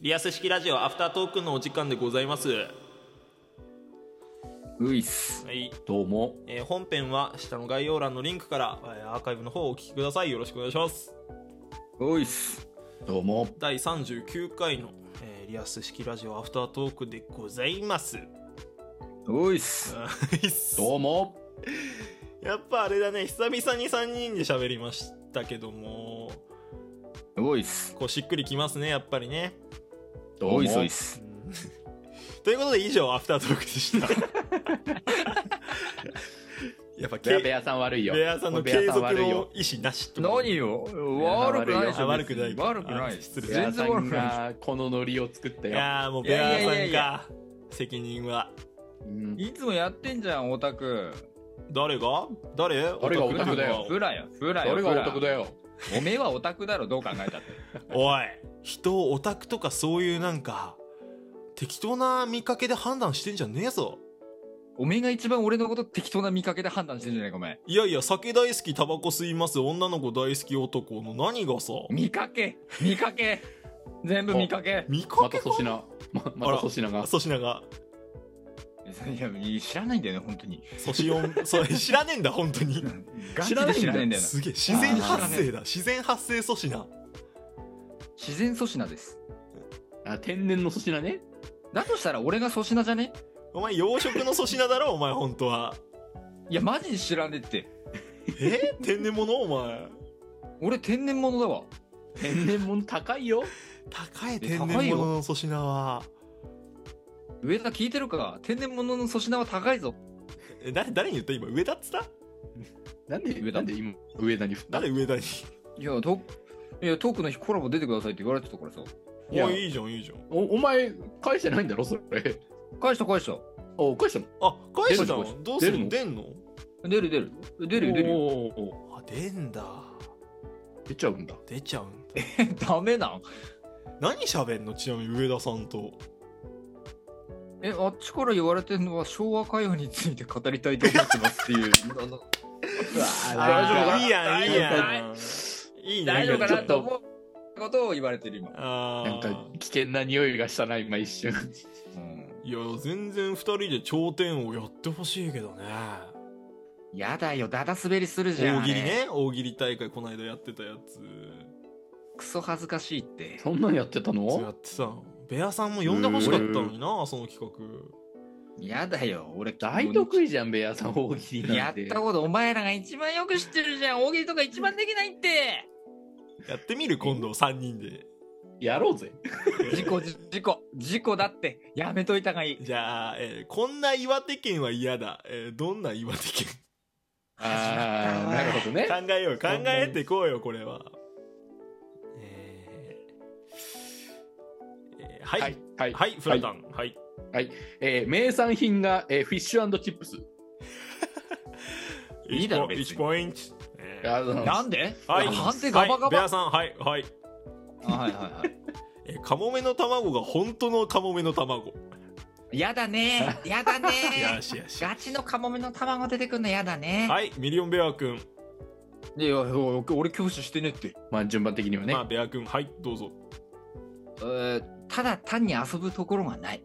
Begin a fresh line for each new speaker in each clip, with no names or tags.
リアス式ラジオアフタートークのお時間でございます。は
ういっす。
い。
どうも。
えー本編は下の概要欄のリンクから、えーアーカイブの方をお聞きください。よろしくお願いします。
ういっす。どうも。
第39回の、えーリアス式ラジオアフタートークでございます。
ういっす。
はいっす
どうも。
やっぱあれだね、久々に3人で喋りましたけども、
ういっす。
こうしっくりきますね、やっぱりね。
どうも。ういっす。ういっす。
ということで以上、アフタートークでした。やっぱ、
ベア
け
ベアさん悪いよ。
ベアさんの
ベ
継
ア
続
さん悪い
の
よ。
意思なしってこと
何よ悪くないでし
あ
ょ。
悪くないか
悪くない
あ。失礼
ベア
全
さ
然悪
ん
くな
がこのノリを作った
い
よ。
やーもうベアーさんか
いやいやいやいや
責任は
うん
い。いつもやってんじゃん、オタク。
誰が誰
誰がオタクだよ
フラよ、フラよ。
俺が
フ
お
ラ
得だよ。
おめえはオタクだろ、どう考えたって。
おい人をオタクとかそういうなんか適当な見かけで判断してんじゃねえぞ
おめえが一番俺のこと適当な見かけで判断してんじゃねえか、お前。
いやいや酒大好きタバコ吸います女の子大好き男の何がさ
見かけ見かけ全部見かけ
見か
ま
け
た
か
粗品。ままた粗品が。
粗品が
いや、いや知らないんだよね、本当に。
粗品それ知らねえんだ本当に
ガチで知らないんだよな。
すげえ自然発生だ自然発生粗品
自然粗品です。
あ天然の粗品ね。
だとしたら俺が粗品じゃね
お前洋食の粗品だろお前本当はい
や、マジに知らねえって。
え天然物お前
俺天然物だわ。
天然もの高いよ。
高い
え
天然
高いよ
物の粗品は
上田聞いてるか天然物の粗品は高いぞ。
え誰誰に言った今上田っつった
なんで、
上田
なんで今、上田に振った
誰上田に
いや、トいやトークの日コラボ出てくださいって言われてたからさ。
いや
おいいいじゃんいいじゃん
おお前、返してないんだろ、それ。
返した返し
お返したの
あ返した
出る
の
の
どうするの
出
出んの
た。出る出る。出るよ出るよ。
おーおーお
あ出んだ
ー出ちゃうんだ。
出ちゃうんだ
ダメなん
何喋んのちなみに上田さんと
え、あっちから言われてるのは昭和歌謡について語りたいと思ってますっていう。あの
大
大丈夫か
あーいいやんいいやんいいね
大丈夫か
ちょ
な
っと
と思うことを言われてる今。
あ
なんか
ー
危険な匂いがしたな、今一瞬。
うん
いや全然二人で頂点をやってほしいけどね
やだよ、ダダ滑りするじゃん。
大喜利
あれ。
ね大喜利大会この間やってたやつ
クソ恥ずかしいって。
そんなんやってた
そうや
の
ってさベアさんも呼んでほしかったのになその企画
やだよ、俺、
大得意じゃん、ベアさん、大喜利
や
なん。
ってたことお前らが一番よく知ってるじゃん大喜利とか一番できないって
やってみる今度3人で
やろうぜ。
事故じ事故事故だってやめといたがいい
じゃあ、えーこんな岩手県は嫌だ、えーどんな岩手県
ああ、なるほどね。
考えよう考えてこうよこれはえーえーはい、
は
はいい、
はい、
フラタンはい、
えー名産品が、えーフィッシュチップス。
いいだろ別に
1ポイント、えー
なんで
はい
なんでガバ
は
ガ
い、ベ
バ、
アさんはいはい、
あはい、はいはい
えーカモメの卵が本当のカモメの卵
やだねやだ
よ
ね
しよし
ガチのカモメの卵出てくんのやだね
はいミリオンベア君、
いや俺教師してねって、
まあ順番的にはね。
まあベア君はいどうぞ
えーただ単に遊ぶところがない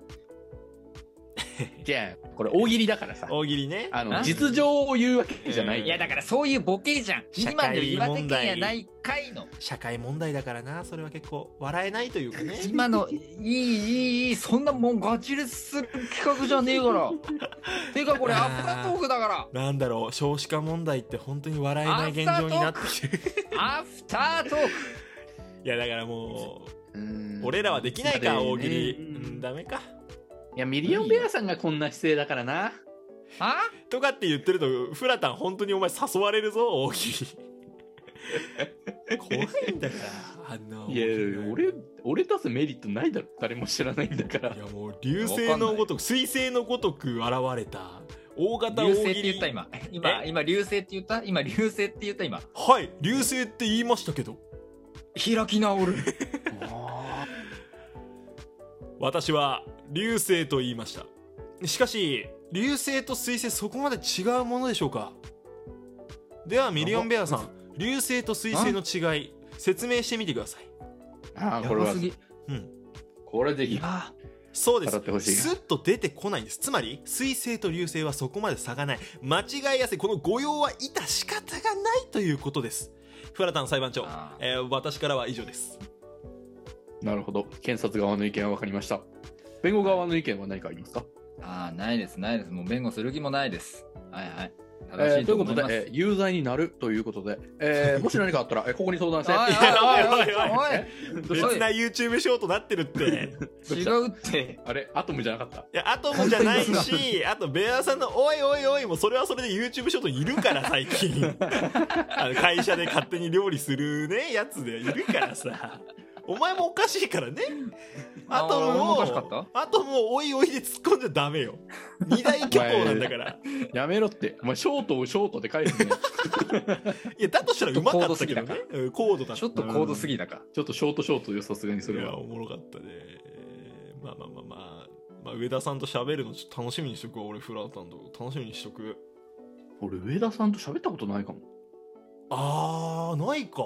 じゃあ、これ大喜利だからさ。
大喜利ね
あの、
あ
実情を言うわけじゃない。
うん
いやだからそういうボケじゃん
社
今の
会
岩手
問題
県やないかいの
社会問題だからなそれは結構笑えないというかね
今のいいいいいいそんなもんガチレスする企画じゃねえからてかこれ
あー
アフタートークだか
なんだろう少子化問題って本当に笑えない現状になってきてる
らアフタートーク
いやだからも
うん
う俺らはできないか大喜利、
うん
うんダメか
いや、ミリオンベアさんがこんな姿勢だからな。
あ
とかって言ってるとフラタン本当にお前誘われるぞ大喜利怖いんだからあの
いや、俺、俺出すメリットないだろ。誰も知らないんだから
い。やもう流星のごとく彗星のごとく現れた大型大
流
喜
星
利
って言った今今今流星って言った今流星って言った今
はい流星って言いましたけど
開き直る
あ
私は流星と言いましたしかし流星と彗星そこまで違うものでしょうかではミリオンベアさん流星と彗星の違い説明してみてください
ーあー、
や
これ
ば
は
すぎ
うん
これでいい。
あ
そうです
語ってほしい
スッと出てこないんですつまり水星と流星はそこまで差がない間違いやすいこの誤用は致し方がないということですフラタン裁判長
あ
えー私からは以上です
なるほど。検察側の意見は分かりました。弁護側の意見は何かありますか、
あー、ないです、ないです。もう弁護する気もないです。はいはい。
え
正し
ー
い
と
と
いうこ
思
と
い
で、
ます。
えー有罪になるということで、え ーもし何かあったら、えーここに相談して、
おい
いや
おい
お
おい
いおい
おい
別な YouTube ショートなってるって
おい違うって。
あれ、アトムじゃなかった。
いやアトムじゃないしあとベアさんの「おいおいおい」もそれはそれで YouTube ショートいるから最 近あの会社で勝手に料理するねやつでいるからさお前もおかしいからね
あー
アトム
俺もお
を
かしかった
アトムをおいおいで突っ込んじゃダメよ二大巨頭なんだから
やめろって。お前、ショートをショートで返すね。
いやだとしたらうまかったけどねうん高度だ
ちょっと高度すぎたか。
ちょっとショートショートよ、さすがにそ
い
れ
や
は。
おもろかったねまあまあまあまあまあ、上田さんと喋るのちょっと楽しみにしとくわ俺フラータンと楽しみにしとく
俺、上田さんと喋ったことないかも。
あーないか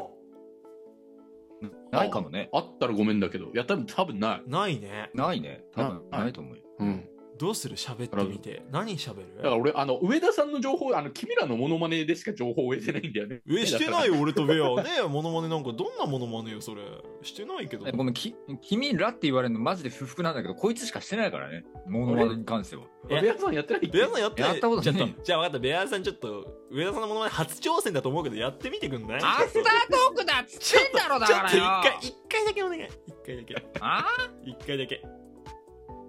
ないかもね。
あったらごめんだけど。いや、多分、多分ない。
ないね
ないね。多分
な
ないと思うよ。
うん。
どうする喋ってみて何喋
だから
る
俺、あの、上田さんの情報、あの、君らのモノマネでしか情報を得てないんだよね。
えしてない
い
よ俺とベアねモノマネなんかどんなモノマネよそれしてないけど
えごめん、き、君らって言われるのマジで不服なんだけど、こいつしかしてないからね。モノマネに関しては。
上田さんやってないっけ
ベアさんやって
やったことない
ちょっじゃあ分かったベアさんちょっと上田さんのモノマネ初挑戦だと思うけどやってみてくんない
アフタートークだっつってんだろだ
ちょっ
か
と一
らよ
回一回だけお願い一回だけ
あ
一回だけ
ー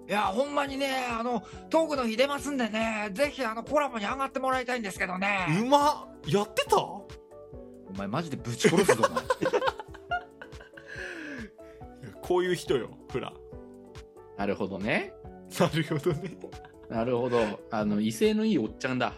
いやほんまにねあのトークの日出ますんでねぜひあのコラボに上がってもらいたいんですけど
う
ね
まっやってた
お前マジでぶち殺すぞお前
こういう人よフ ラ
なるほどね。
なるほどね
なるほど。あの、威勢のいいおっちゃんだ。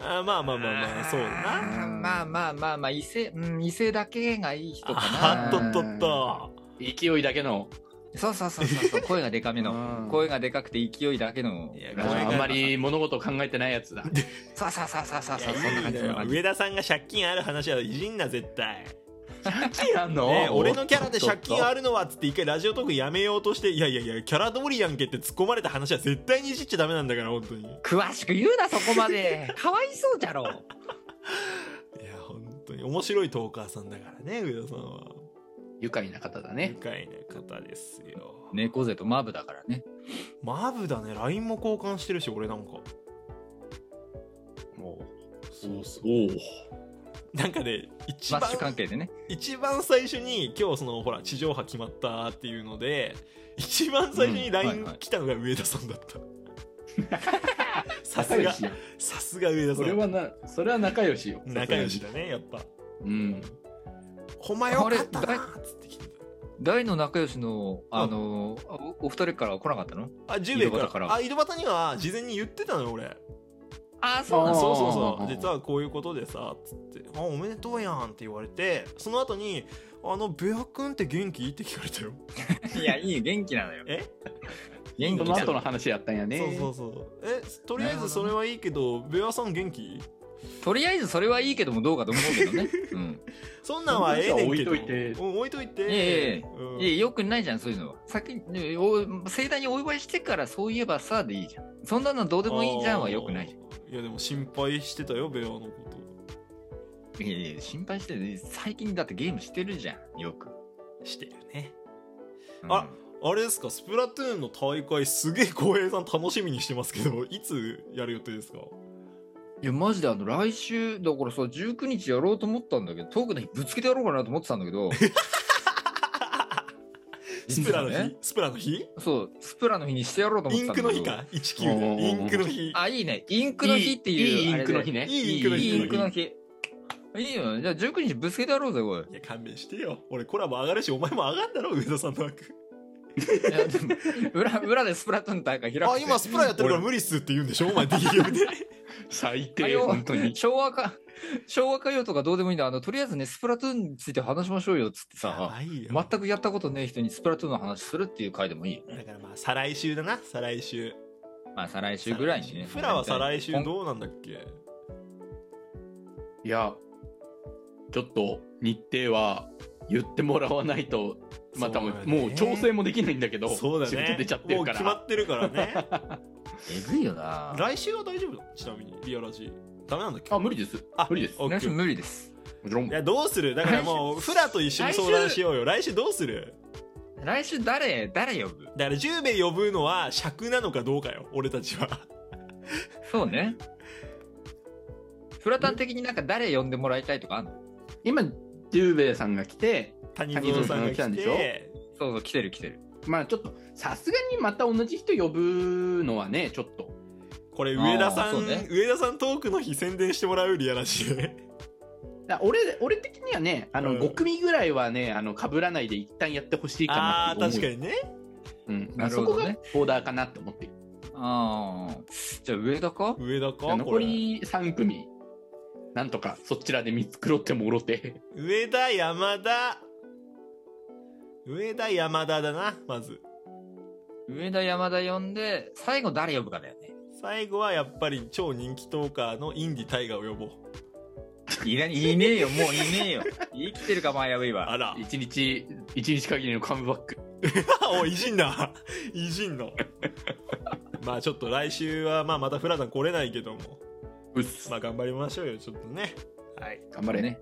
あー まあまあまあまあそうだ
あ
な
ーまあまあまあまあ異性うん異性だけがいい人か
あ
な
ーっとっとっと
勢いだけの。
そうそうそうそう そう声がでかめの
うん
声がでかくて勢いだけの
いや
あ
声が
ーあんまり物事を考えてないや つだ。
そうそうそうそうそう
い
そ
や
うそんない感
い
じ
の
そんな
よ
感じ
上田さんが借金ある話はいじんな絶対
借金あんの
ねえ俺のキャラで借金あ
る
るのはっつって一回ラジオトークやめようとしていやいやいやキャラ通りやんけって突っ込まれた話は絶対にいじっちゃダメなんだから本当にいや
詳しく言うなそこまでかわいそうじゃろ
本当に面白いトーカーさんだからね上田さんは
愉快な方だ
愉
ね。
快な方ですよ、
猫背とマブだからね
マブだね LINE も交換してるし俺なんか
も
そうそ
おお。
うなんかね一
マ
番
ッシュ関係でね
一番最初に今日そのほら地上波決まったっていうので一番最初に
うん
LINE
はいはい
来たのが上田さんだった、 さ
仲
す
良
が
しや。
さすが上田
そ
さ
れ
ん
はな、それは仲良しよ。
仲良しだねやっぱ
うん。
お前よかったなっつって来てた
大の仲良しの、あのーあおお二人からは来なかったの
あジュベイか
井戸
ら
端から
あ井戸端には事前に言ってたのよ俺
ああ、
そうな
あ
の
そうそうそ
あ
う
ー
実はこういうことでさつって「あおめでとうやん」って言われてその後に「あのベア君って元気?」って聞かれたよ
いや、いい、元気なのよ。
え
元
そ
気
の
だ
後の話やったんやね。
そうそうそうえとりあえずそれはいいけどベアさん元気
とりあえずそれはいいけどもどうかと思うけど ね。うん。
そんなんはええねんけど
そんな話は置いといて
うん置いといて
ええ
うん
いや、よくないじゃん、そういうのは。先に、お盛大にお祝いしてから、そういえばさ、でいいじゃん。そんなのどうでもいいじゃんはよくないじ
いやでも心配してたよベアのこ
ゃん。いやいや、心配してる。最近だってゲームしてるじゃん、よく。
としてるね
うん
ああれですかスプラトゥーンの大会すげえ浩平さん楽しみにしてますけどいつやる予定ですか
いや、マジであの、来週、だからさ、19日やろうと思ったんだけど、トークの日ぶつけてやろうかなと思ってたんだけど、
スプラの日、
実はね
スプラの日
そう、スプラの日にしてやろうと思っ
イ
て
ン
たんだ
ク
け
の日
ど。
か19
うんうんうん
でインクの日
あ、いいね。インクの日っていう。
いいインクの日
ね。
ね。
いいインクの日
いいインクの日。いいよ。じゃあ19日ぶつけてやろうぜ、こ
いや勘弁してよ俺コラボ上がるしお前も上がんだろ上田さんの枠
れ。いやでも裏、裏でスプラトゥーン大会開くぜ。
あ今スプラやってるから無理っすって言うんでしょお前 DM で
最
あ
低、
よ
本当に。
昭和か、昭和歌謡とかどうでもいいんだ。あの、とりあえずね、スプラトゥーンについて話しましょうよ、つって さ。
いよ
全くやったことねえ人にスプラトゥーンの話するっていう回でもいいよね。
だからまあ再来週だな再来週
まあ、再来週ぐらい にね。
フラは再来週
今
どうなんだっけ
いや、ちょっと日程は言ってもらわないと、まあ多分
そうだね
もう調整もできないんだけど、
そうだ
仕事
ね
出ちゃって
も
る
う
か
決ま
ら。
ってるからね
えぐいよな。
来週は大丈夫だちなみにリアラジダメなんだっけ
あ、無理です。
あ
無理です。
オッケ
来週
ー
無理です。
もちろん
い。やどうするだからもうフラと一緒に相談しようよ来週どうする
来週誰、誰呼ぶ
だから10名呼ぶのは尺なのかどうかよ俺たち は
そ うね。フラタン的になんか誰呼んでもらいたいとかあんの
今、ジューベイさんが来て、
谷蔵さんが来
谷蔵さんが来たんで
て
しょ
そうそう、来てる来てる。
まあちょっと、さすがにまた同じ人呼ぶのはね、ちょっと。
これ上田さ
あー
ん、
そうね
上田さんトークの日宣伝してもらうリアラジで
だ俺、俺的にはね、あの、
うん
5組ぐらいはね、あの、被らないで一旦やってほしいかな
あ
と
あ
思う。
確かにね
うん。
なるほどね
そこがボーダーかなって思ってる。
ああ。じゃあ上田か
上田かこ
残
れ
り3組、なんとかそちらで見繕ってもろて。
上田山田上田山田だなまず
上田山田呼んで、最後誰呼ぶかだよね。
最後はやっぱり超人気トーカーのインディタイガーを呼ぼう
いらいねえよ、もういねえ よ。生きてるか、マイアウェイは。
あら
一日、一日限りのカムバック。
おいいじんないじん のまあちょっと来週はまあまたフラさん来れないけども
うっす。
まあ頑張りましょうよちょっとね
はい。
頑張れ。
ね。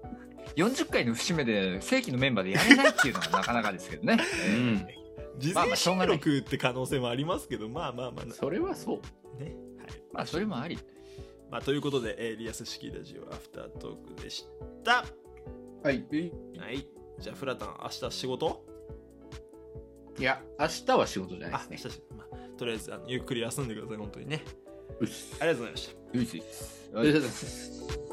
40回の節目で正規のメンバーでやれないっていうのはなかなかですけどね。
うん。
事
まあま
前
あしょ
収
うがない
録って可能性もありますけどまあまあまあ
それはそう。
ねはい
まあ、それもあり。
まあということで、えーリアス式ラジオアフタートークでした
はい。
はいじゃあフラタン明日仕事
いや、明日は仕事じゃない
あ
ですね。
久しぶりまあとりあえずあのゆっくり休んでください本当にね
うっす。
ありがとうございました
唯一です。
ありがとうございます。